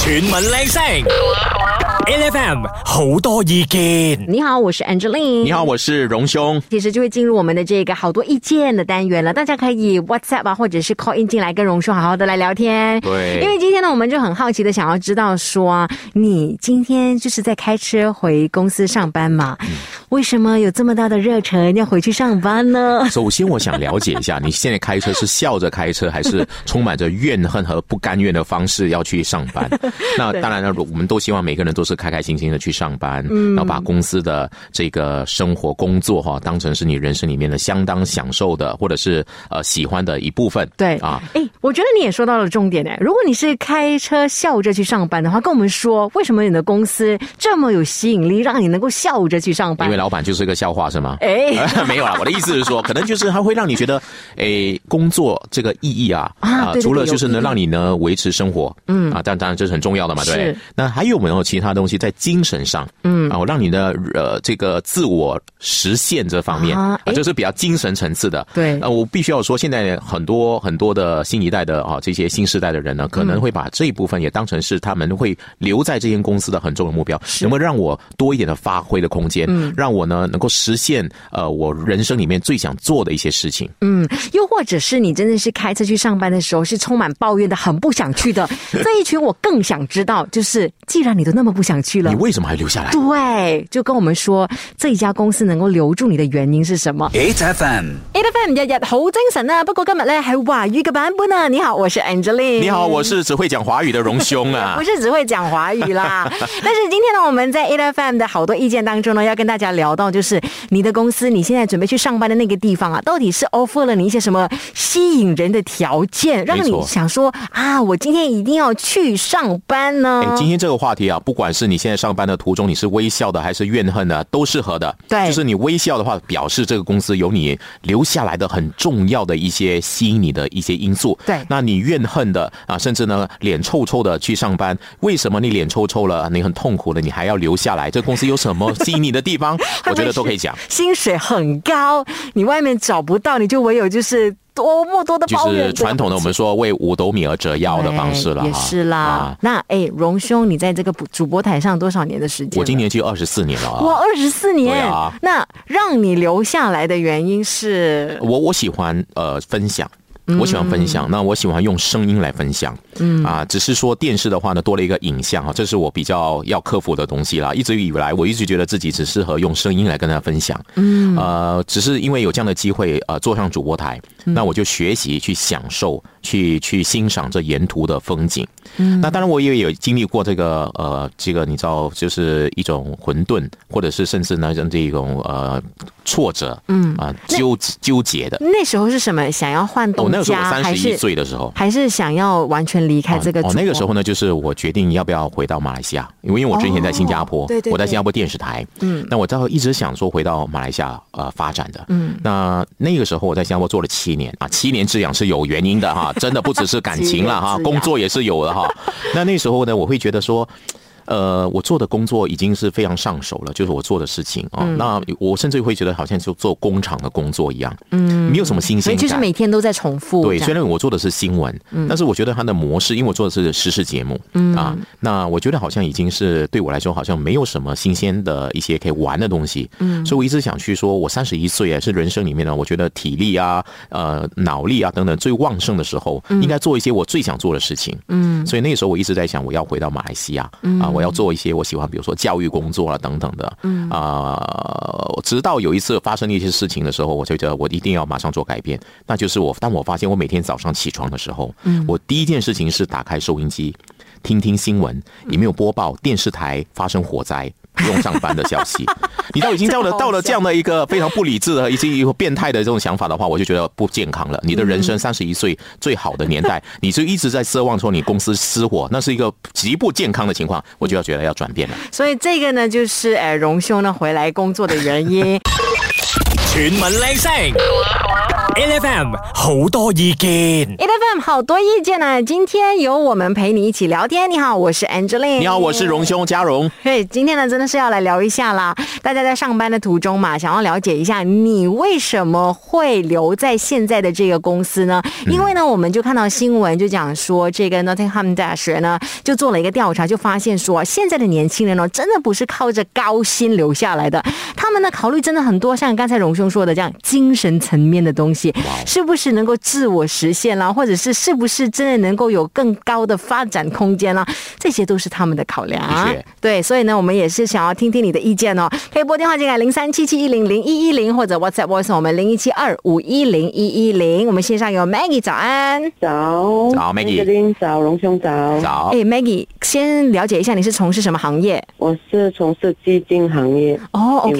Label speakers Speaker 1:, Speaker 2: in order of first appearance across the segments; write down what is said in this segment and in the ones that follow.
Speaker 1: 全民靚聲，L F M 好多意見。
Speaker 2: 你好，我是 Angeline。
Speaker 3: 你好，，我是荣兄。
Speaker 2: 其实就会进入我们的这个好多意见的单元了。大家可以 WhatsApp 啊，或者是 call in 进来，跟荣叔好好的来聊天。
Speaker 3: 对
Speaker 2: 因为今天呢，我们就很好奇的想要知道说，你今天就是在开车回公司上班嘛？
Speaker 3: 嗯
Speaker 2: 为什么有这么大的热忱要回去上班呢？
Speaker 3: 首先，我想了解一下，你现在开车是笑着开车，还是充满着怨恨和不甘愿的方式要去上班？那当然了，我们都希望每个人都是开开心心的去上班，然后把公司的这个生活、工作哈、当成是你人生里面的相当享受的，或者是呃喜欢的一部分。
Speaker 2: 对
Speaker 3: 啊，，
Speaker 2: 哎，我觉得你也说到了重点哎。如果你是开车笑着去上班的话，跟我们说为什么你的公司这么有吸引力，让你能够笑着去上班
Speaker 3: 因为？老板就是个笑话是吗？
Speaker 2: 哎，
Speaker 3: 没有啦，我的意思是说，可能就是它会让你觉得，诶，工作这个意义啊，
Speaker 2: 啊对对对
Speaker 3: 除了就是
Speaker 2: 有
Speaker 3: 能
Speaker 2: 意义
Speaker 3: 让你呢维持生活，嗯啊，但当然这是很重要的嘛，对不对
Speaker 2: 是。
Speaker 3: 那还有没有其他东西在精神上，嗯，啊，让你的呃这个自我实现这方面
Speaker 2: 啊
Speaker 3: 啊，
Speaker 2: 诶
Speaker 3: 这是比较精神层次的。
Speaker 2: 对
Speaker 3: 呃，我必须要说，现在很多很多的新一代的啊，这些新时代的人呢，可能会把这一部分也当成是他们会留在这间公司的很重要的目标，能不能让我多一点的发挥的空间，让我呢能够实现呃我人生里面最想做的一些事情。
Speaker 2: 嗯，又或者是你真的是开车去上班的时候是充满抱怨的，很不想去 的这一群，我更想知道，就是既然你都那么不想去了
Speaker 3: 你。为什么还留下来？
Speaker 2: 对，就跟我们说这一家公司能够留住你的原因是什么
Speaker 1: H F M
Speaker 2: ？A F M 日日好精神啊！不过今日咧系华语嘅版本啊！你好，我是 Angeline。
Speaker 3: 你好，我是只会讲华语的荣兄 啊
Speaker 2: 不。是只会讲华语 啦。但是今天呢，我们在 A F M 的好多意见当中呢，要跟大家聊到，就是你的公司，你现在准备去上班的那个地方啊，到底是 offer 了你一些什么吸引人的条件，让
Speaker 3: 没
Speaker 2: 你
Speaker 3: 错
Speaker 2: 想说啊，我今天一定要去上班呢
Speaker 3: 哎，？今天这个话题啊，不管是你现在上班的途中，你是微笑的还是怨恨的，都适合的。
Speaker 2: 对
Speaker 3: 就是你微笑的话，表示这个公司有你留下来的很重要的一些吸引你的一些因素。
Speaker 2: 对？
Speaker 3: 那你怨恨的啊，甚至呢脸臭臭的去上班，为什么你脸臭臭了，你很痛苦了，你还要留下来？这公司有什么吸引你的地方 我觉得都可以讲。
Speaker 2: 薪水很高，你外面找不到，你就唯有就是多么多的
Speaker 3: 就
Speaker 2: 抱怨。
Speaker 3: 是传统的我们说为五斗米而折腰的方式了哈，
Speaker 2: 哎也是啦。
Speaker 3: 啊
Speaker 2: 那哎，荣兄，你在这个主播台上多少年的时间了？
Speaker 3: 我今年就二十四年了啊，
Speaker 2: 哇，二十四年、
Speaker 3: 对啊
Speaker 2: 那让你留下来的原因是，
Speaker 3: 我我喜欢呃分享。我喜欢分享，那我喜欢用声音来分享，嗯啊，只是说电视的话呢，多了一个影像啊，这是我比较要克服的东西啦。一直以来，我一直觉得自己只适合用声音来跟大家分享，嗯呃，只是因为有这样的机会，呃，坐上主播台，那我就学习去享受，去去欣赏这沿途的风景。嗯，那当然我也有经历过这个呃，这个你知道，就是一种混沌，或者是甚至呢，像这种呃挫折，嗯啊、纠纠结的。
Speaker 2: 那时候是什么？想要换
Speaker 3: 我、
Speaker 2: 东
Speaker 3: 哦那个时候
Speaker 2: 家，还
Speaker 3: 三十一
Speaker 2: 是
Speaker 3: 岁的时候。
Speaker 2: 还是想要完全离开这个主
Speaker 3: 哦
Speaker 2: 播、，
Speaker 3: 那个时候呢，就是我决定要不要回到马来西亚，因为因为我之前在新加坡，
Speaker 2: 哦对对对
Speaker 3: 我在新加坡电视台，嗯，那我到一直想说回到马来西亚呃发展的，嗯，那那个时候我在新加坡做了七年啊，七年之痒是有原因 的哈，真的不只是感情了
Speaker 2: 七年
Speaker 3: 哈，
Speaker 2: 之痒
Speaker 3: 工作也是有的 哈。那那时候呢，我会觉得说。呃，我做的工作已经是非常上手了，就是我做的事情啊、
Speaker 2: 嗯
Speaker 3: 那我甚至会觉得好像就做工厂的工作一样，嗯，没有什么新
Speaker 2: 所
Speaker 3: 鲜
Speaker 2: 以
Speaker 3: 感，
Speaker 2: 就是每天都在重复。
Speaker 3: 对，
Speaker 2: 这
Speaker 3: 虽
Speaker 2: 样嗯
Speaker 3: 然我做的是新闻，但是我觉得它的模式，因为我做的是时事节目、啊，那我觉得好像已经是对我来说好像没有什么新鲜的一些可以玩的东西，嗯，所以我一直想去说，我三十一岁啊，是人生里面呢，我觉得体力啊、呃、脑力啊等等最旺盛的时候，
Speaker 2: 嗯
Speaker 3: 应该做一些我最想做的事情，嗯，所以那个时候我一直在想，我要回到马来西亚、啊，我要做一些我喜欢，比如说教育工作啊等等的，嗯啊、直到有一次发生一些事情的时候，我就觉得我一定要马上做改变，那就是我当我发现我每天早上起床的时候，嗯，我第一件事情是打开收音机，听听新闻，里面有播报电视台发生火灾。不用上班的消 息，你都已经到了
Speaker 2: 这好
Speaker 3: 到了这样的一个非常不理智的、一些一个变态的这种想法的话，我就觉得不健康了。你的人
Speaker 4: 嗯
Speaker 3: 生三十一岁最好的年代，你就一直在奢望说你公司失火，那是一个极不健康的情况，我就要觉得要转变了。
Speaker 2: 所以这个呢，就是呃， 荣兄呢回来工作的原因。
Speaker 1: 全民靚聲 L F M 好多意見。
Speaker 2: A F M 好多意见呢、今天由我们陪你一起聊天。你好，我是
Speaker 4: 嗯
Speaker 2: Angeline。
Speaker 3: 你好，我是荣。兄嘉荣。
Speaker 2: 对，今天呢真的是要来聊一下啦。大家在上班的途中嘛，想要了解一下你为什么会留在现在的这个公司呢？因为呢，我们就看到新闻就讲说，这个 Nottingham 大学呢就做了一个调查，就发现说现在的年轻人哦，真的不是靠着高薪留下来的，他们呢考虑真的很多，像刚才荣兄说的这样精神层面的东西，是不是能够自我实现啦，或者是是不是真的能够有更高的发展空间啦，这些都是他们的考量。啊
Speaker 3: 的确，
Speaker 2: 对，所以呢，我们也是想要听听你的意见哦，可以拨电话进来零三七七一零零一一零，或者 WhatsApp voice 我们零一七二五一零一一零。我们线上有 Maggie，早安。
Speaker 4: 早，
Speaker 3: 早，Maggie
Speaker 4: 林早，荣兄早，
Speaker 3: 早
Speaker 2: 哎，，Maggie，先了解一下你是从事什么行业？
Speaker 4: 我是从事基金行业。
Speaker 2: 哦、o k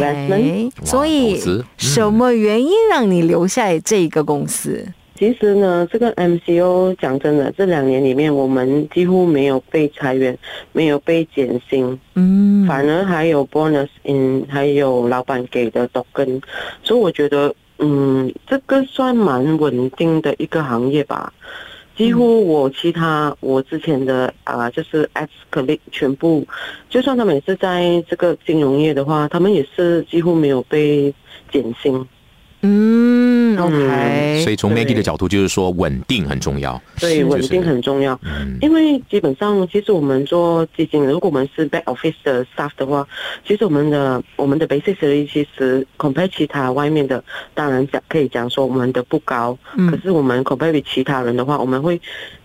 Speaker 4: Investment
Speaker 2: 所
Speaker 3: 投
Speaker 2: 以
Speaker 3: 资嗯
Speaker 2: 什么原因让你留在这个公司？
Speaker 4: 其实呢，这个 MCO 讲真的，这两年里面我们几乎没有被裁员，没有被减薪，
Speaker 2: 嗯，
Speaker 4: 反而还有 bonus in，还有老板给的 token，所以我觉得，嗯，这个算蛮稳定的一个行业吧。几乎我其他我之前的啊、就是 ex colleague 全部，就算他们也是在这个金融业的话，他们也是几乎没有被减薪。
Speaker 2: 嗯
Speaker 3: 所
Speaker 2: ，OK，
Speaker 3: 以从 Maggie
Speaker 4: 对
Speaker 3: 的角度，就是说稳定很重要。
Speaker 4: 对，
Speaker 3: 是
Speaker 4: 稳
Speaker 3: 就是
Speaker 4: 定很重要。
Speaker 3: 嗯，
Speaker 4: 因为基本上，其实我们做基金，如果我们是 back office 的 staff 的话，其实我们的我们的 basic salary 其实 compare 其他外面的，当然讲可以讲说我们的不高，
Speaker 2: 嗯
Speaker 4: 可是我们 compare with 其他人的话，我们会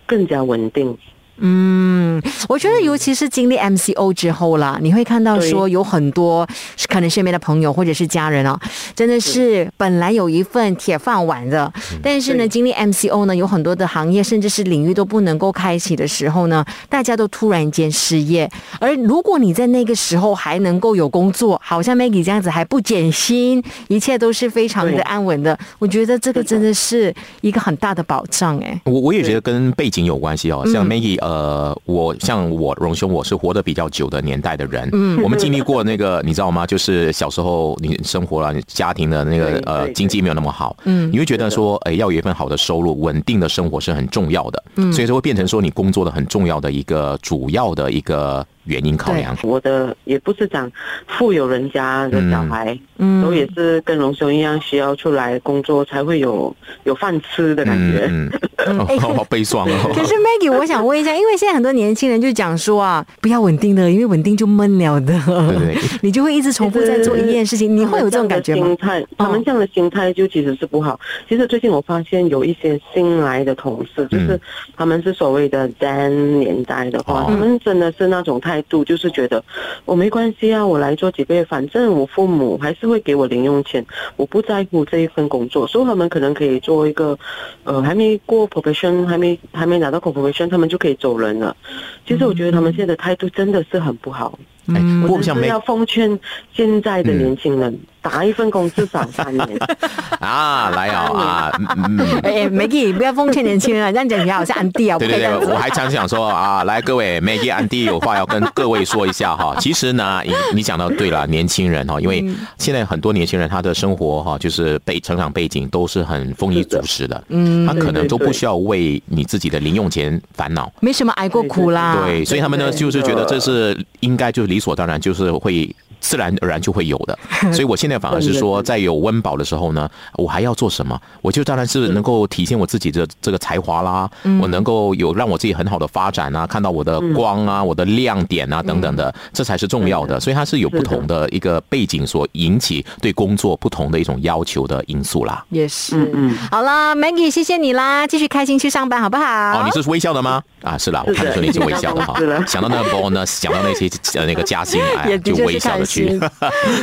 Speaker 4: 更加稳定。
Speaker 2: 嗯，我觉得尤其是经历 MCO 之后啦，你会看到说有很多可能身边的朋友或者是家人啊，真的是本来有一份铁饭碗的，但是呢，
Speaker 4: 嗯对
Speaker 2: 经历 MCO 呢，有很多的行业甚至是领域都不能够开启的时候呢，大家都突然间失业。而如果你在那个时候还能够有工作，好像 Maggie 这样子还不减薪，一切都是非常的
Speaker 4: 对
Speaker 2: 安稳的，我觉得这个真的是一个很大的保障哎、
Speaker 3: 我我也觉得跟背景有关系哦。像 Maggie，呃，我像我荣兄，我是活得比较久的年代的人，嗯，我们经历过那个，你知道吗？就是小时候你生活啊了，你家庭的那个
Speaker 4: 对
Speaker 3: 呃
Speaker 4: 对
Speaker 3: 经济没有那么好，嗯，你会觉得说，哎，要有一份好的收入，稳定的生活是很重要的，嗯，所以说会变成说你工作的很重要的一个主要的一个原因考量。
Speaker 4: 我的也不是讲富有人家的小孩，
Speaker 2: 嗯
Speaker 4: 都也是跟龙兄一样需要出来工作才会有有饭吃的感觉。
Speaker 3: 嗯嗯，好悲伤哦。
Speaker 2: 可是 Maggie，我想问一下，因为现在很多年轻人就讲说啊，不要稳定的，因为稳定就闷了的，
Speaker 3: 对对
Speaker 2: 你就会一直重复在做一件事情，你会有这种感觉吗哦
Speaker 4: 心？态，他们这样的心态就其实是不好。其实最近我发现有一些新来的同事，
Speaker 2: 嗯
Speaker 4: 就是他们是所谓的 Z 年代的话，
Speaker 3: 哦
Speaker 4: 他们真的是那种态度，就是觉得我没关系啊，我来做几个月，反正我父母还是会给我零用钱，我不在乎这一份工作，所以他们可能可以做一个，呃，还没过 probation，还没还没拿到 probation，他们就可以走人了。其实我觉得他们现在的态度真的是很不好。
Speaker 3: 哎，不过像嗯
Speaker 4: 嗯我是
Speaker 3: Maggie
Speaker 4: 要奉劝现在的年轻人，打一份 工至少三年。
Speaker 3: 啊，来啊啊，嗯嗯。
Speaker 2: 哎、哎 Maggie，不要奉劝年轻人啊，这样讲起来好像安 迪啊，不
Speaker 3: 对
Speaker 2: 可以
Speaker 3: 对
Speaker 2: 这
Speaker 3: 对，
Speaker 2: 样子
Speaker 3: 我。还常想说啊，来各位，Maggie 安迪有话要跟各位说一下哈。其实呢，你你讲到对了，年轻人哈，因为现在很多年轻人他的生活哈，就是背成长背景都是很丰衣足食的，嗯，他可能都不需要为你自己的零用钱烦恼。
Speaker 2: 没什么挨过苦啦，
Speaker 3: 对，所以他们呢，
Speaker 4: 对
Speaker 3: 就是觉得这是应该就是理所当然，就是会自然而然就会有的。所以我现在反而是说，
Speaker 4: 真的
Speaker 3: 在有温饱的时候呢，我还要做什么？我就当然是能够体现我自己的这个才华啦，我能够有让我自己很好的发展啊，看到我的光啊、我的亮点啊等等的，这才是重要的。所以它是有不同的一个背景所引起对工作不同的一种要求的因素啦。
Speaker 2: 也是。
Speaker 4: 嗯嗯，
Speaker 2: 好啦 m a g g i e 谢谢你啦，继续开心去上班好不好？
Speaker 3: 哦，你是微笑的吗？啊，是啦，我
Speaker 4: 是的
Speaker 3: 看得出你是微笑的哈
Speaker 4: 是。的
Speaker 3: 想到那个 bonus，想到 那些呃那个加薪，哎
Speaker 2: 也
Speaker 3: 呀，
Speaker 2: 的
Speaker 3: 就
Speaker 2: 确
Speaker 3: 微
Speaker 2: 是
Speaker 3: 笑
Speaker 2: 开
Speaker 3: 的去
Speaker 2: 心。。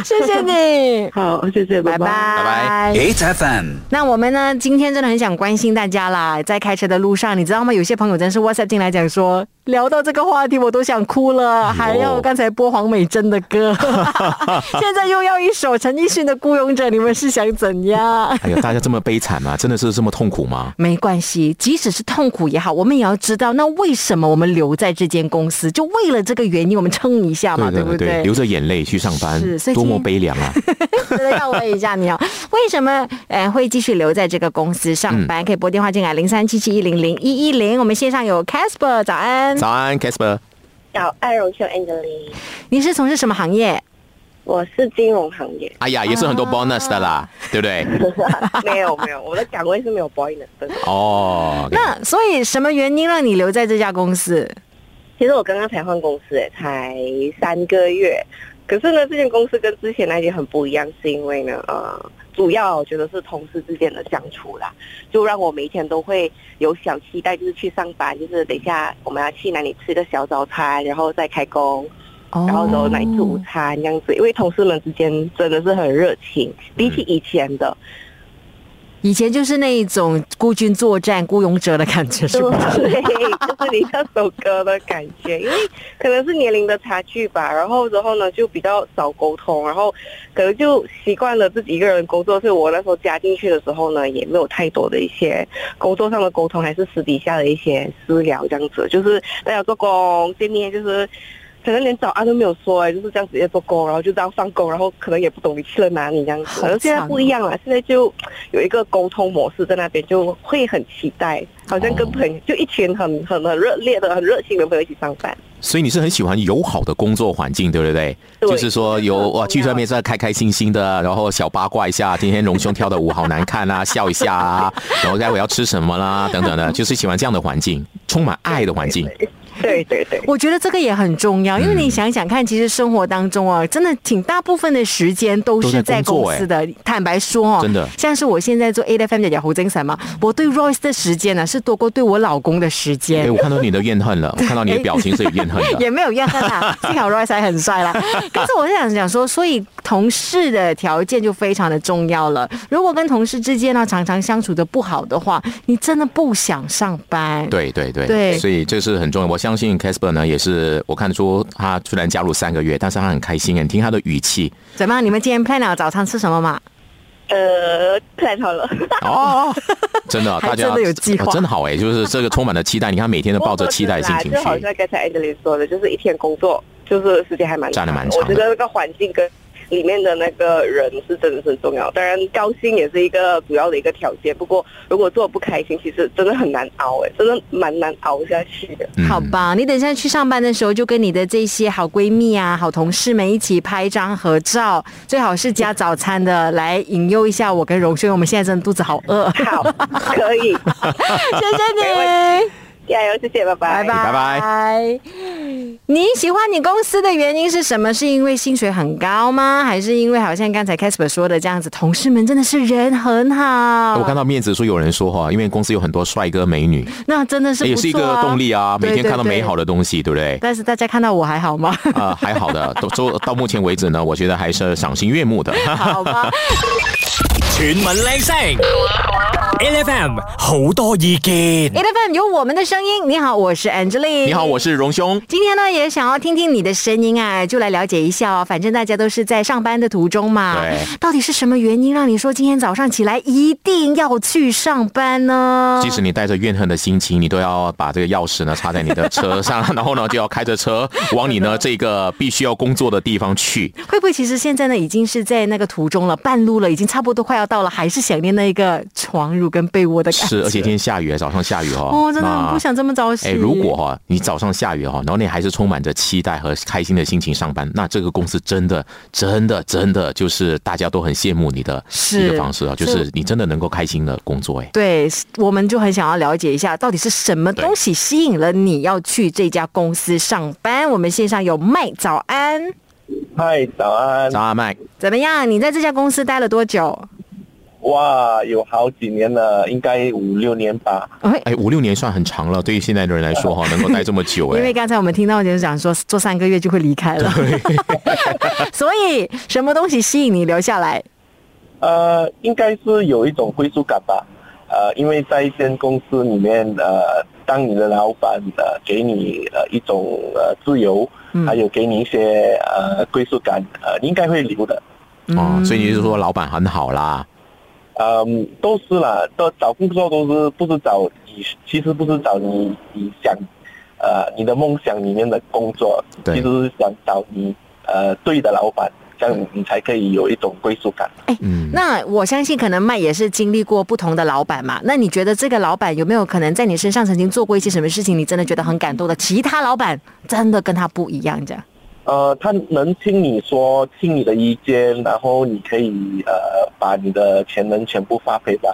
Speaker 2: 谢谢 你，
Speaker 4: 好，谢谢，
Speaker 2: 拜拜。
Speaker 3: 拜
Speaker 1: H F M
Speaker 2: 那我们呢？今天真的很想关心大家啦，在开车的路上，你知道吗？有些朋友真是 WhatsApp 进来讲说，聊到这个话题我都想哭了，还要刚才播黄美珍的 歌，现在又要一首陈奕迅的《孤勇者》，你们是想怎样？
Speaker 3: 哎呀，大家这么悲惨吗？真的是这么痛苦吗？
Speaker 2: 没关系，即使是痛苦也好，我们也要知道，那为什么我们留在这间公司？就为了这个原因，我们撑一下嘛，
Speaker 3: 对
Speaker 2: 啊不
Speaker 3: 对，流着眼泪去续上班
Speaker 2: 是所以今天，
Speaker 3: 多么悲凉 啊！
Speaker 2: 真的要问一下你哦，为什么呃会继续留在这个公司上班？可以拨电话进来零三七七一零零一一零。我们线上有 Casper，早安。
Speaker 3: 早安，Casper，，
Speaker 4: 小爱荣秀 Angeline，
Speaker 2: 你是从事什么行业？
Speaker 4: 我是金融行业
Speaker 3: 哎呀，也是很
Speaker 2: 啊
Speaker 3: 多 bonus 的啦，对不对？
Speaker 4: 没有没有，我的岗位是没有 boy 的。真的
Speaker 3: 哦，
Speaker 2: 那嗯所以什么原因让你留在这家公司？
Speaker 4: 其实我刚刚才换公司，哎，才三个月。可是呢，这间公司跟之前那间很不一样，是因为呢，呃，主要我觉得是同事之间的相处啦，就让我每一天都会有小期待，就是去上班，就是等一下我们要去哪里吃个小早餐，然后再开工，然后走来
Speaker 2: 哦
Speaker 4: 吃午餐这样子。因为同事们之间真的是很热情，比起以前的，
Speaker 2: 以前就是那一种孤军作战、孤勇者的感觉，是吧？
Speaker 4: 对，就是你那首歌的感觉，因为可能是年龄的差距吧，然后之后呢就比较少沟通，然后可能就习惯了自己一个人工作，所以我那时候加进去的时候呢，也没有太多的一些工作上的沟通，还是私底下的一些私聊这样子，就是大家做工见面就是。可能连早安都没有说哎，就是这样直接做工，然后就这样上工，然后可能也不懂你去了哪里这样
Speaker 2: 好
Speaker 4: 子。而现在
Speaker 2: 惨哦
Speaker 4: 不一样了，现在就有一个沟通模式在那边，就会很期待，好像跟
Speaker 3: 哦
Speaker 4: 朋友、就一群很很很热烈的、很热情的朋友一起上班。
Speaker 3: 所以你是很喜欢友好的工作环境，对不对？
Speaker 4: 对
Speaker 3: 就是说有哇，去上面再开开心心的，然后小八卦一下，今天荣兄跳的舞好难看啊，笑一下啊，然后待会要吃什么啦，等等的，就是喜欢这样的环境，充满爱的环境。
Speaker 4: 对对对，
Speaker 2: 我觉得这个也很重
Speaker 3: 嗯
Speaker 2: 要，因为你想想看，其实生活当中啊，真的挺大部分的时间都是在公司的。坦白说哦，
Speaker 3: 哎真的
Speaker 2: 像是我现在做 A F M 的胡精神嘛，我对 Royce 的时间呢、啊是多过对我老公的时间。
Speaker 3: 哎，我看到你的怨恨了，我看到你的表情是有怨恨的。
Speaker 2: 也没有怨恨 啦，幸好 Royce 还很帅啦。但是我是想讲说，所以同事的条件就非常的重要了。如果跟同事之间呢啊常常相处的不好的话，你真的不想上班。
Speaker 3: 对对对，
Speaker 2: 对
Speaker 3: 所以这是很重要。我相信 Casper 呢，也是我看出他虽然加入三个月，但是他很开心。你听他的语气，
Speaker 2: 怎么样？你们今天 plan 了早餐吃什么嘛？
Speaker 4: 呃，太好了，
Speaker 3: 哦，真的，
Speaker 2: 还
Speaker 3: 大家
Speaker 2: 真的有计划
Speaker 3: 哦真好哎，就是这个充满了期待。你看每天都抱着期待的心 情
Speaker 4: 就好
Speaker 3: 去，
Speaker 4: 像刚才 Angeline 说的，就是一天工作，就是时间还蛮
Speaker 3: 占得蛮
Speaker 4: 我
Speaker 3: 长的
Speaker 4: 觉得那个环境跟。里面的那个人是真的是很重要，当然高兴也是一个主要的一个条件。不过如果做得不开心，其实真的很难熬哎、真的蛮难熬下去的。
Speaker 3: 嗯
Speaker 2: 好吧，你等一下去上班的时候，就跟你的这些好闺蜜啊、好同事们一起拍一张合照，最好是加早餐的，来引诱一下我跟荣轩。我们现在真的肚子好 饿，
Speaker 4: 好，可
Speaker 2: 谢
Speaker 4: 以，
Speaker 2: 谢
Speaker 4: 没
Speaker 2: 你，
Speaker 4: 加油，谢谢，拜
Speaker 2: 拜
Speaker 4: 拜，
Speaker 2: 拜
Speaker 3: 拜
Speaker 2: 拜。你喜欢你公司的原因是什么？是因为薪水很高吗？还是因为好像刚才 Casper 说的这样子，同事们真的是人很好？
Speaker 3: 我看到面子书有人说哈，因为公司有很多帅哥美女，
Speaker 2: 那真的是
Speaker 3: 也
Speaker 2: 不
Speaker 3: 是一
Speaker 2: 错
Speaker 3: 个
Speaker 2: 啊
Speaker 3: 动力啊。每天看到美好。
Speaker 2: 对对对
Speaker 3: 的东西，对 不对？
Speaker 2: 但是大家看到我还好 吗？
Speaker 3: 啊，还好的，都都到目前为止呢，我觉得还是赏心悦 目的。
Speaker 2: 好吧。
Speaker 1: chuyển mình lên sóng, LFM, nhiều ý kiến.
Speaker 2: A F M 有我们的声音。你好，我是 Angeline。
Speaker 3: 你好，我是荣兄。
Speaker 2: 今天呢，也想要听听你的声音啊，就来了解一下哦。反正大家都是在上班的途中嘛，
Speaker 3: 对
Speaker 2: 到底是什么原因让你说今天早上起来一定要去上班呢？
Speaker 3: 即使你带着怨恨的心情，你都要把这个钥匙呢插在你的 车上，然后呢就要开着车往你呢这个必须要工作的地方去。
Speaker 2: 会不会其实现在呢，已经是在那个途中了，半路了，已经差不多快要到了，还是想念那个床褥跟被窝的感觉？
Speaker 3: 是，而且今天下雨，早上下雨哦。
Speaker 2: 哦，真的
Speaker 3: 那
Speaker 2: 很不想这么早起。
Speaker 3: 哎，如果哈、你早上下雨哈、然后你还是充满着期待和开心的心情上班，那这个公司真的、真的、真的就是大家都很羡慕你的
Speaker 2: 是
Speaker 3: 一个方式啊，就是是你真的能够开心的工作哎。
Speaker 2: 对，我们就很想要了解一下，到底是什么东西吸引了你要去这家公司上班？我们线上有麦早安，
Speaker 5: 嗨，早安！
Speaker 3: 早安，啊麦，
Speaker 2: 怎么样？你在这家公司待了多久？
Speaker 5: 哇，有好几年了，应该五六年吧。
Speaker 2: 哎，
Speaker 3: 哎，五六年算很长了，对于现在的人来 说哈、能够待这么久
Speaker 2: 因为
Speaker 3: 哎。
Speaker 2: 刚才我们听到就是讲说做三个月就会离开了， 所以什么东西吸引你留下来？
Speaker 5: 呃，应该是有一种归属感吧。呃，因为在一间公司里面，呃，当你的老板呃给你呃一种呃自由，还有给你一些呃归属感，呃，你应该会留的。
Speaker 2: 嗯
Speaker 3: 哦，所以你是说老板很好啦？
Speaker 5: 嗯，都是啦，都找工作都是不是找你，其实不是找你你想，呃，你的梦想里面的工作，
Speaker 3: 对
Speaker 5: 其实是想找你
Speaker 6: 呃对的老板，这样你才可以有一种归属感。
Speaker 2: 那我相信，可能麦也是经历过不同的老板嘛。那你觉得这个老板有没有可能在你身上曾经做过一些什么事情，你真的觉得很感动的？其他老板真的跟他不一样，这样。
Speaker 6: 呃，他能听你说，听你的意见，然后你可以呃把你的潜能全部发挥吧。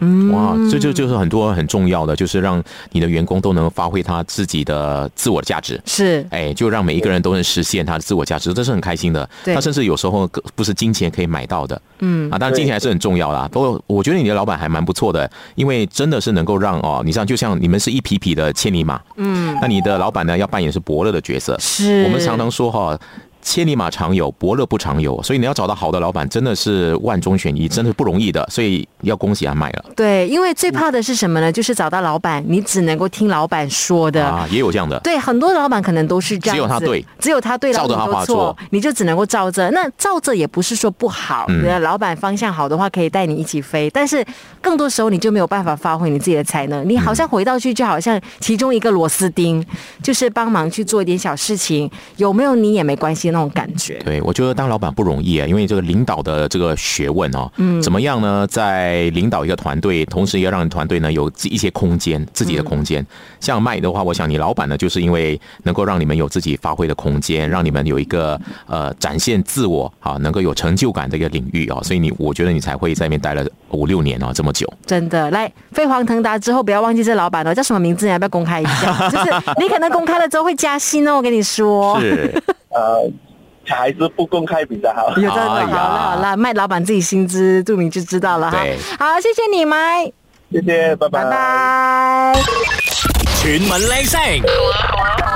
Speaker 2: 嗯
Speaker 3: 哇，这就就是很多很重要的，就是让你的员工都能发挥他自己的自我价值。
Speaker 2: 是
Speaker 3: 哎，就让每一个人都能实现他的自我价值，这是很开心的。
Speaker 2: 对
Speaker 3: 他甚至有时候可不是金钱可以买到的，
Speaker 2: 嗯
Speaker 3: 啊，当然金钱还是很重要啦。不过我觉得你的老板还蛮不错的，因为真的是能够让哦，你像就像你们是一匹匹的千里马，
Speaker 2: 嗯，
Speaker 3: 那你的老板呢要扮演是伯乐的角色。
Speaker 2: 是。
Speaker 3: 我们常常说哈、千里马常有，伯乐不常有，所以你要找到好的老板，真的是万中选一，真的不容易的，所以要恭喜阿麦了
Speaker 2: 对，因为最怕的是什么呢？就是找到老板，你只能够听老板说的。
Speaker 3: 啊，也有这样的，
Speaker 2: 对，很多老板可能都是这样子，
Speaker 3: 只有他对，
Speaker 2: 只有他对，
Speaker 3: 照着
Speaker 2: 老板
Speaker 3: 他
Speaker 2: 都
Speaker 3: 话
Speaker 2: 错
Speaker 3: 做，
Speaker 2: 你就只能够照着。那照着也不是说不好，
Speaker 3: 嗯
Speaker 2: 对老板方向好的话可以带你一起飞，但是更多时候你就没有办法发挥你自己的才能。你好像回到去就好像其中一个螺丝钉，就是帮忙去做一点小事情，有没有你也没关系那种感觉。
Speaker 3: 对，我觉得当老板不容易啊，因为这个领导的这个学问哦，嗯，怎么样呢？在领导一个团队，同时也要让团队呢有自一些空间，自己的空间。像麦的话，我想你老板呢，就是因为能够让你们有自己发挥的空间，让你们有一个呃展现自我啊，能够有成就感的一个领域哦，所以你我觉得你才会在那边待了五六年哦，这么久。
Speaker 2: 真的，来飞黄腾达之后，不要忘记这老板哦，叫什么名字？你要不要公开一 下？就是你可能公开了之后会加薪哦，我跟你说。
Speaker 3: 是，
Speaker 6: 呃，还是不公开比较好。
Speaker 2: 有这个，好
Speaker 3: 哎呀
Speaker 2: 了好了，麦老板自己心知肚明就知道了哈
Speaker 3: 对。
Speaker 2: 好，谢谢你，麦，
Speaker 6: 谢谢，拜
Speaker 2: 拜
Speaker 6: 拜
Speaker 2: 拜。
Speaker 1: chuyển mình lên sóng,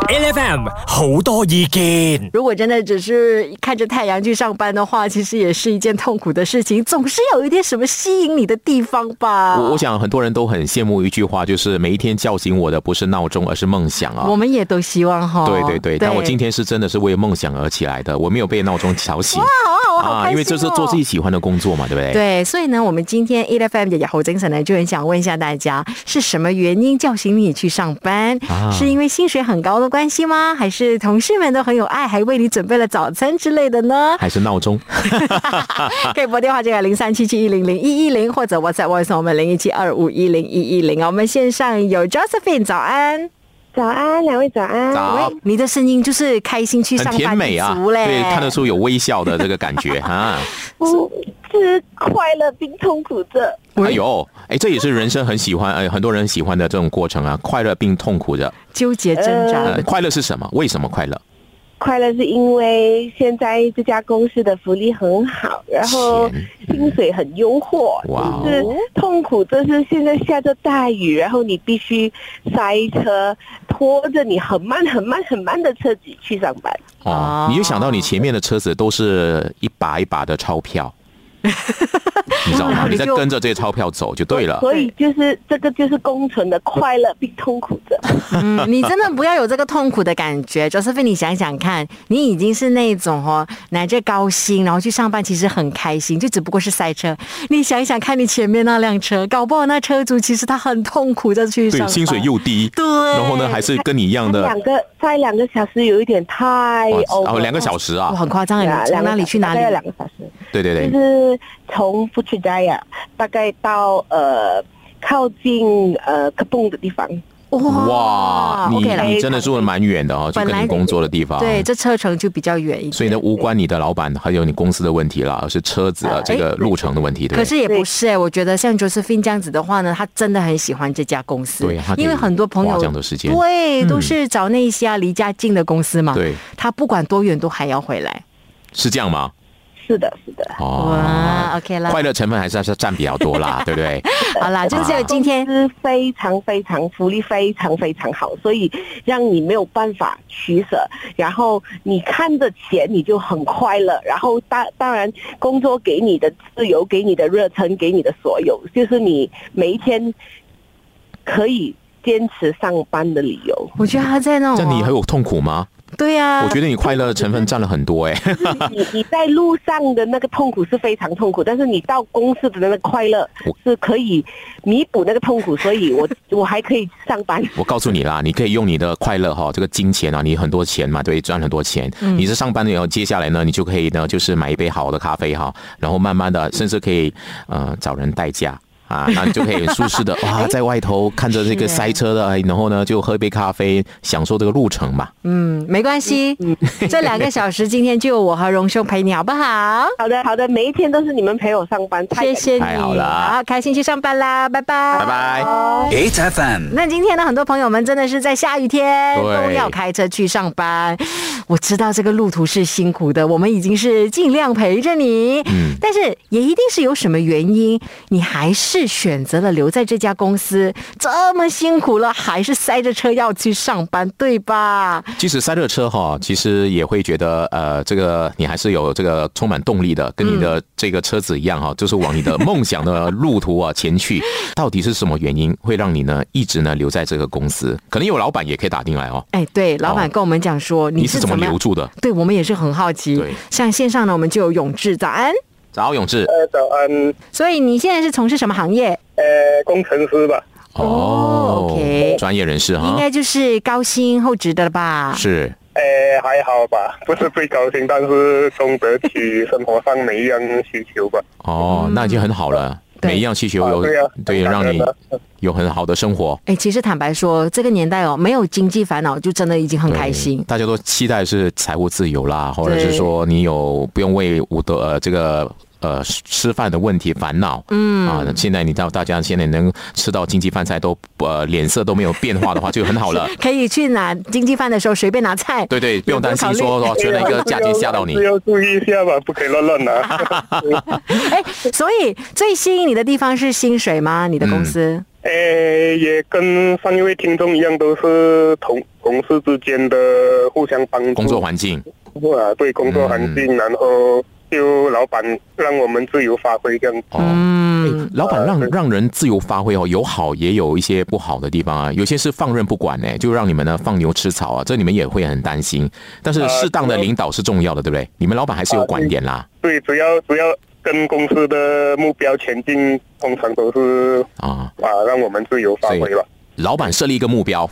Speaker 1: LFM, nhiều ý kiến.
Speaker 2: 如果真的只是看着太阳去上班的话，其实也是一件痛苦的事情，总是有一点什么吸引你的地方吧。
Speaker 3: 我我想很多人都很羡慕一句话，就是每一天叫醒我的不是闹钟，而是梦想啊。
Speaker 2: 我们也都希望哈。
Speaker 3: 对对对，但我今天是真的是为梦想而起来的，我没有被闹钟吵醒
Speaker 2: 好啊，我好开心哦
Speaker 3: 因为这是做自己喜欢的工作嘛，对不对？。
Speaker 2: 对，所以呢，我们今天 E F M 的侯精神呢，就很想问一下大家，是什么原因叫醒你去上班？
Speaker 3: 啊
Speaker 2: 是因为薪水很高的关系吗？还是同事们都很有爱，还为你准备了早餐之类的 呢？
Speaker 3: 还是闹钟，
Speaker 2: 可以拨电话进来零三七七一零零一一零，或者 WhatsApp voice 我们零一七二五一零一一零。我们线上有 Josephine，早安。
Speaker 7: 早安，两位早安。
Speaker 3: 早
Speaker 2: 喂，你的声音就是开心去
Speaker 3: 啊很
Speaker 2: 上
Speaker 3: 甜
Speaker 2: 班
Speaker 3: 美啊，
Speaker 2: 族嘞，
Speaker 3: 对，看得出有微笑的这个感 觉啊。
Speaker 7: 嗯，是快乐并痛苦着。
Speaker 3: 哎呦，哎，这也是人生很喜欢，哎，很多人喜欢的这种过程啊，快乐并痛苦着。
Speaker 2: 纠结挣扎
Speaker 3: 呃
Speaker 2: 的，
Speaker 3: 快乐是什么？为什么快乐？
Speaker 7: 快乐是因为现在这家公司的福利很好，然后
Speaker 3: 钱
Speaker 7: 薪水很诱惑。
Speaker 3: 哇哦
Speaker 7: 就是痛苦，就是现在下着大雨，然后你必须塞车，拖着你很慢很慢很慢的车子去上班。
Speaker 3: 哦
Speaker 2: 哦，
Speaker 3: 你就想到你前面的车子都是一把一把的 钞票，你知道吗？你在跟着这些钞票走就对了。
Speaker 7: 所以就是这个就是工程的快乐并痛苦着。
Speaker 2: 嗯，你真的不要有这个痛苦的感觉。Josephine，你 想想看，你已经是那种哦，拿着高薪然后去上班，其实很开心，就只不过是塞车。你想一想看，你前面那辆车，搞不好那车主其实他很痛苦的去上
Speaker 3: 对，
Speaker 2: 班，
Speaker 3: 薪水又低，
Speaker 2: 对
Speaker 3: 然后呢，还是跟你一样的
Speaker 7: 两个在两个小时有一点太
Speaker 3: 哦，
Speaker 7: over
Speaker 3: 两个小时啊
Speaker 2: 哇，，很夸张
Speaker 7: 对啊
Speaker 2: 哎，你从
Speaker 7: 两个
Speaker 2: 哪里
Speaker 7: 小时
Speaker 2: 去哪
Speaker 7: 大概要两
Speaker 2: 里？
Speaker 7: 个小时。
Speaker 3: 对对对，
Speaker 7: 就是从富士加呀，大概到呃靠近呃可蹦的地方，
Speaker 3: 哇，你
Speaker 2: 啊
Speaker 3: 啊
Speaker 2: OK 了。
Speaker 3: 你真的住的蛮远的哦，就
Speaker 2: 本
Speaker 3: 跟
Speaker 2: 来
Speaker 3: 你工作的地方。
Speaker 2: 对，，这车程就比较远一点。
Speaker 3: 所以呢，无关你的老板还有你公司的问题啦，而是车子的这个路程的问题，对
Speaker 2: 呃哎可
Speaker 3: 不对？
Speaker 2: 是也不是哎、我觉得像 Josephine 这样子的话呢，她真的很喜欢这家公司，
Speaker 3: 对她可以
Speaker 2: 因为很多朋友
Speaker 3: 花这样的时间
Speaker 2: 对，
Speaker 3: 嗯
Speaker 2: 都是找那一些啊离家近的公司嘛，
Speaker 3: 对，
Speaker 2: 她不管多远都还要回来。
Speaker 3: 是这样吗？
Speaker 7: 是的，是的。
Speaker 3: 哦，
Speaker 2: 哇，OK 啦，
Speaker 3: 快乐成分还是还是占比较 多啦，对不对？
Speaker 2: 好啦，就是只有今天。
Speaker 7: 是非常非常福利非常非常好，所以让你没有办法取舍。然后你看着钱，你就很快乐。然后当当然，工作给你的自由，给你的热忱，给你的所有，就是你每一天可以坚持上班的理由。
Speaker 2: 我觉得他在那
Speaker 3: 这
Speaker 2: 种
Speaker 3: 样你还
Speaker 2: 哦，
Speaker 3: 有痛苦吗？
Speaker 2: 对啊呀、
Speaker 3: 我觉得你快乐的成分占了很多哎、
Speaker 7: 你你在路上的那个痛苦是非常痛苦，但是你到公司的那个快乐
Speaker 3: 我
Speaker 7: 是可以弥补那个痛苦，所以我我还可以上班。
Speaker 3: 我告诉你啦，你可以用你的快乐哈，这个金钱啊，你很多钱嘛，对，赚很多钱。你是上班的，然后接下来呢，你就可以呢，就是买一杯好的咖啡哈，然后慢慢的，甚至可以呃找人代驾。啊，那你就可以很舒适的哇，在外头看着这个
Speaker 2: 是
Speaker 3: 塞车的，哎然后呢就喝一杯咖啡，享受这个路程嘛。
Speaker 2: 嗯，没关系，这两个小时今天就我和荣兄陪你好不好？
Speaker 7: 好的好的，每一天都是你们陪我上班，
Speaker 2: 谢
Speaker 7: 太感
Speaker 2: 谢你，
Speaker 3: 太好了
Speaker 2: 好开心去上班啦，拜拜，
Speaker 3: 拜。拜。
Speaker 1: ，H F M，
Speaker 2: 那今天呢，很多朋友们真的是在下雨天
Speaker 3: 对
Speaker 2: 都要开车去上班。我知道这个路途是辛苦的，我们已经是尽量陪着你，
Speaker 3: 嗯
Speaker 2: 但是也一定是有什么原因，你还是选择了留在这家公司，这么辛苦了，还是塞着车要去上班，对吧？
Speaker 3: 即使塞热车哈，其实也会觉得呃，这个你还是有这个充满动力的，跟你的这个车子一样
Speaker 2: 嗯
Speaker 3: 哈，就是往你的梦想的路途啊 前去。到底是什么原因会让你呢一直呢留在这个公司？可能有老板也可以打进来哦，
Speaker 2: 哎，对，老板跟我们讲说、
Speaker 3: 你
Speaker 2: 是
Speaker 3: 是怎么
Speaker 2: 么样
Speaker 3: 留住的？
Speaker 2: 对我们也是很好奇。
Speaker 3: 对
Speaker 2: 像线上呢，我们就有永志早安。
Speaker 3: 早，永志。
Speaker 6: 呃，早安，
Speaker 2: 所以你现在是从事什么行业？
Speaker 6: 呃，工程师吧，
Speaker 2: 哦，OK
Speaker 3: 专业人士
Speaker 2: 应
Speaker 3: 哈，
Speaker 2: 该就是高薪厚职的了吧？
Speaker 3: 是
Speaker 6: 呃，还好吧，不是最高薪，但是供得起生活上每一样需求吧。
Speaker 3: 哦，那已经很好了。
Speaker 2: 嗯对
Speaker 3: 每一样需求有
Speaker 6: 啊对啊
Speaker 3: 对，
Speaker 6: 当然
Speaker 3: 让你
Speaker 6: 了
Speaker 3: 有很好的生活，
Speaker 2: 哎，其实坦白说，这个年代哦，没有经济烦恼，就真的已经很
Speaker 3: 对
Speaker 2: 开心。
Speaker 3: 大家都期待是财务自由啦，或者是
Speaker 2: 对
Speaker 3: 说你有不用为我的呃这个。呃，吃吃饭的问题烦恼，嗯啊，现在你知道，大家现在能吃到经济饭菜都不呃脸色都没有变化的话，就很 好了。
Speaker 2: 可以去拿经济饭的时候随便拿菜。
Speaker 3: 对对，不用担心
Speaker 2: 有多考
Speaker 3: 说
Speaker 2: 虑
Speaker 3: 说存了一个价钱吓到你
Speaker 6: 只。要注意一下吧，不可以乱乱啊 拿。
Speaker 2: 哎，所以最吸引你的地方是薪水吗？你的
Speaker 3: 嗯
Speaker 2: 公司？
Speaker 6: 诶，呃也跟上一位听众一样，都是同同事之间的互相帮助。
Speaker 3: 工作环嗯境，
Speaker 6: 啊，对工作环境，然后就老板让我们自由发挥这样。
Speaker 3: 哦，嗯，老板让让人自由发挥哦，有好也有一些不好的地方啊，有些是放任不管呢，就让你们呢放牛吃草啊，这你们也会很担心。但是适当的领导是重要的，对不对？你们老板还是有管一点啦
Speaker 6: 对，只要只要跟公司的目标前进，通常都是
Speaker 3: 啊。
Speaker 6: 啊，让我们自由发挥吧。
Speaker 3: 老板设立一个目标，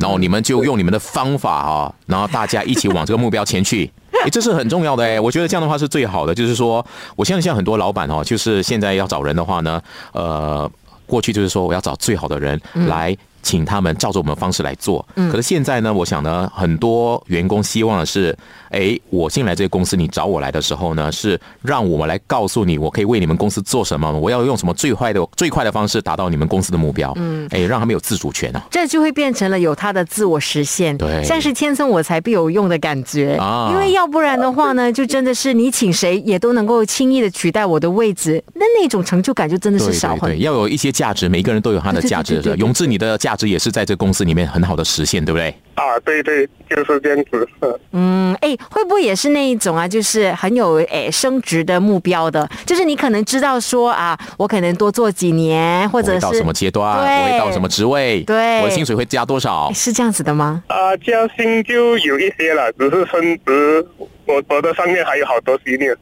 Speaker 3: 然后你们就用你们的方法啊，然后大家一起往这个目标前去。诶，这是很重要的诶，我觉得这样的话是最好的。就是说，我相信像很多老板哦，就是现在要找人的话呢，呃，过去就是说我要找最好的人来。请他们照着我们的方式来做，
Speaker 2: 嗯
Speaker 3: 可是现在呢，我想呢，很多员工希望的是，诶，我进来这个公司，你找我来的时候呢，是让我们来告诉你，我可以为你们公司做什么，我要用什么最快的、最快的方式达到你们公司的目标，嗯，诶，让他们有自主权啊。
Speaker 2: 这就会变成了有他的自我实现，
Speaker 3: 对
Speaker 2: 像是天生我材必有用的感觉
Speaker 3: 啊
Speaker 2: 因为要不然的话呢，就真的是你请谁也都能够轻易的取代我的位置，那那种成就感就真的是少
Speaker 3: 对
Speaker 2: 很
Speaker 3: 对，要有一些价值，每个人都有他的价值。
Speaker 2: 对对对对对
Speaker 3: 永志，你的价值也是在这公司里面很好的实现，对不对？
Speaker 6: 啊，对对，就是这样子。呵
Speaker 2: 嗯，哎，会不会也是那一种啊？就是很有诶升职的目标的，就是你可能知道说啊，我可能多做几年，或
Speaker 3: 我
Speaker 2: 者
Speaker 3: 会
Speaker 2: 是
Speaker 3: 到什么阶段，
Speaker 2: 对
Speaker 3: 我会到什么职位，
Speaker 2: 对
Speaker 3: 我的薪水会加多少
Speaker 2: 诶？哎是这样子的吗？
Speaker 6: 啊，加薪就有一些了，只是升职，我我的上面还有好多 senior。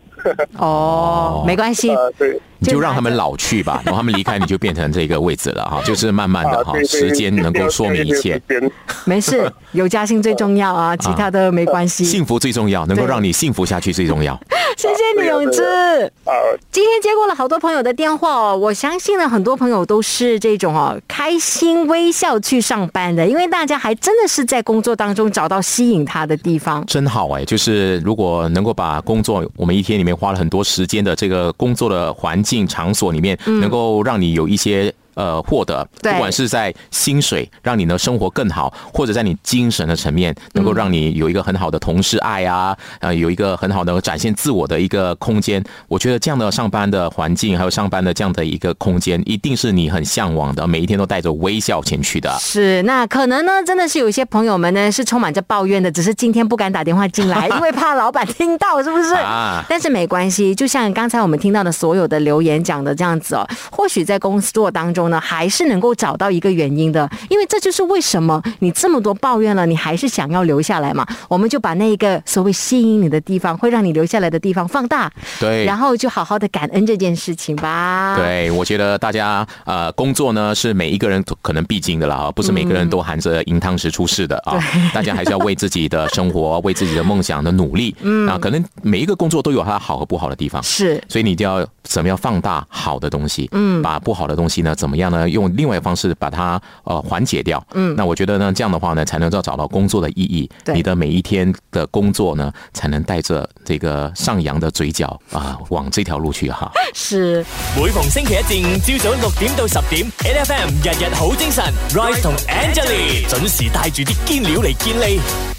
Speaker 2: 哦，没 关系，
Speaker 6: 啊，对。
Speaker 3: 你就让
Speaker 2: 拿
Speaker 3: 他们
Speaker 2: 着
Speaker 3: 老去吧，然后他们离开，你就变成这个位置了哈。就是慢慢的
Speaker 6: 啊，
Speaker 3: 哈，
Speaker 6: 对对
Speaker 3: 时间能够说明一切。。
Speaker 6: 要要有时间
Speaker 2: 没事，有加薪最重要 啊，其他的没关系。
Speaker 3: 幸福最重要，能够
Speaker 2: 对
Speaker 3: 让你幸福下去最重要。
Speaker 2: 谢谢你，
Speaker 6: 对啊
Speaker 2: 永志。
Speaker 6: 啊，
Speaker 2: 今天接过了好多朋友的电话哦，我相信呢，很多朋友都是这种哦，开心微笑去上班的，因为大家还真的是在工作当中找到吸引他的地方。
Speaker 3: 真好哎、就是如果能够把工作，我们一天里面花了很多时间的这个工作的环境场所里面，能够让你有一些。呃，获得不
Speaker 2: 对
Speaker 3: 管是在薪水让你呢生活更好，或者在你精神的层面，能够让你有一个很好的同事爱啊，呃，有一个很好的展现自我的一个空间。我觉得这样的上班的环境，还有上班的这样的一个空间，一定是你很向往的，每一天都带着微笑前去的。
Speaker 2: 是，那可能呢，真的是有一些朋友们呢是充满着抱怨的，只是今天不敢打电话进 来，因为怕老板听到，是不是？
Speaker 3: 啊
Speaker 2: 但是没关系，就像刚才我们听到的所有的留言讲的这样子哦，或许在工作当中中呢，还是能够找到一个原因的，因为这就是为什么你这么多抱怨了，你还是想要留下来嘛。我们就把那一个所谓吸引你的地方，会让你留下来的地方放大，
Speaker 3: 对
Speaker 2: 然后就好好的感恩这件事情吧。，
Speaker 3: 对，我觉得大家呃，工作呢是每一个人都可能必经的了啊，不是每个人都含着银汤匙出世的啊。 大家还是要为自己的生活、为自己的梦想的努力。嗯，啊，可能每一个工作都有它好和不好的地方。
Speaker 2: 是。
Speaker 3: 所以你就要怎么样放大好的东西，嗯，把不好的东西呢，怎么样呢？用另外一个方式把它呃缓解掉，嗯，那我觉得呢，这样的话呢，才能够找到工作的意义，
Speaker 2: 对
Speaker 3: 你的每一天的工作呢，才能带着这个上扬的嘴角啊、往这条路去哈、
Speaker 2: 是
Speaker 1: 每逢星期一至五朝早六點到十點，NFM 日日好精神，Rise 同 Angelie 準時帶住啲堅料嚟健利。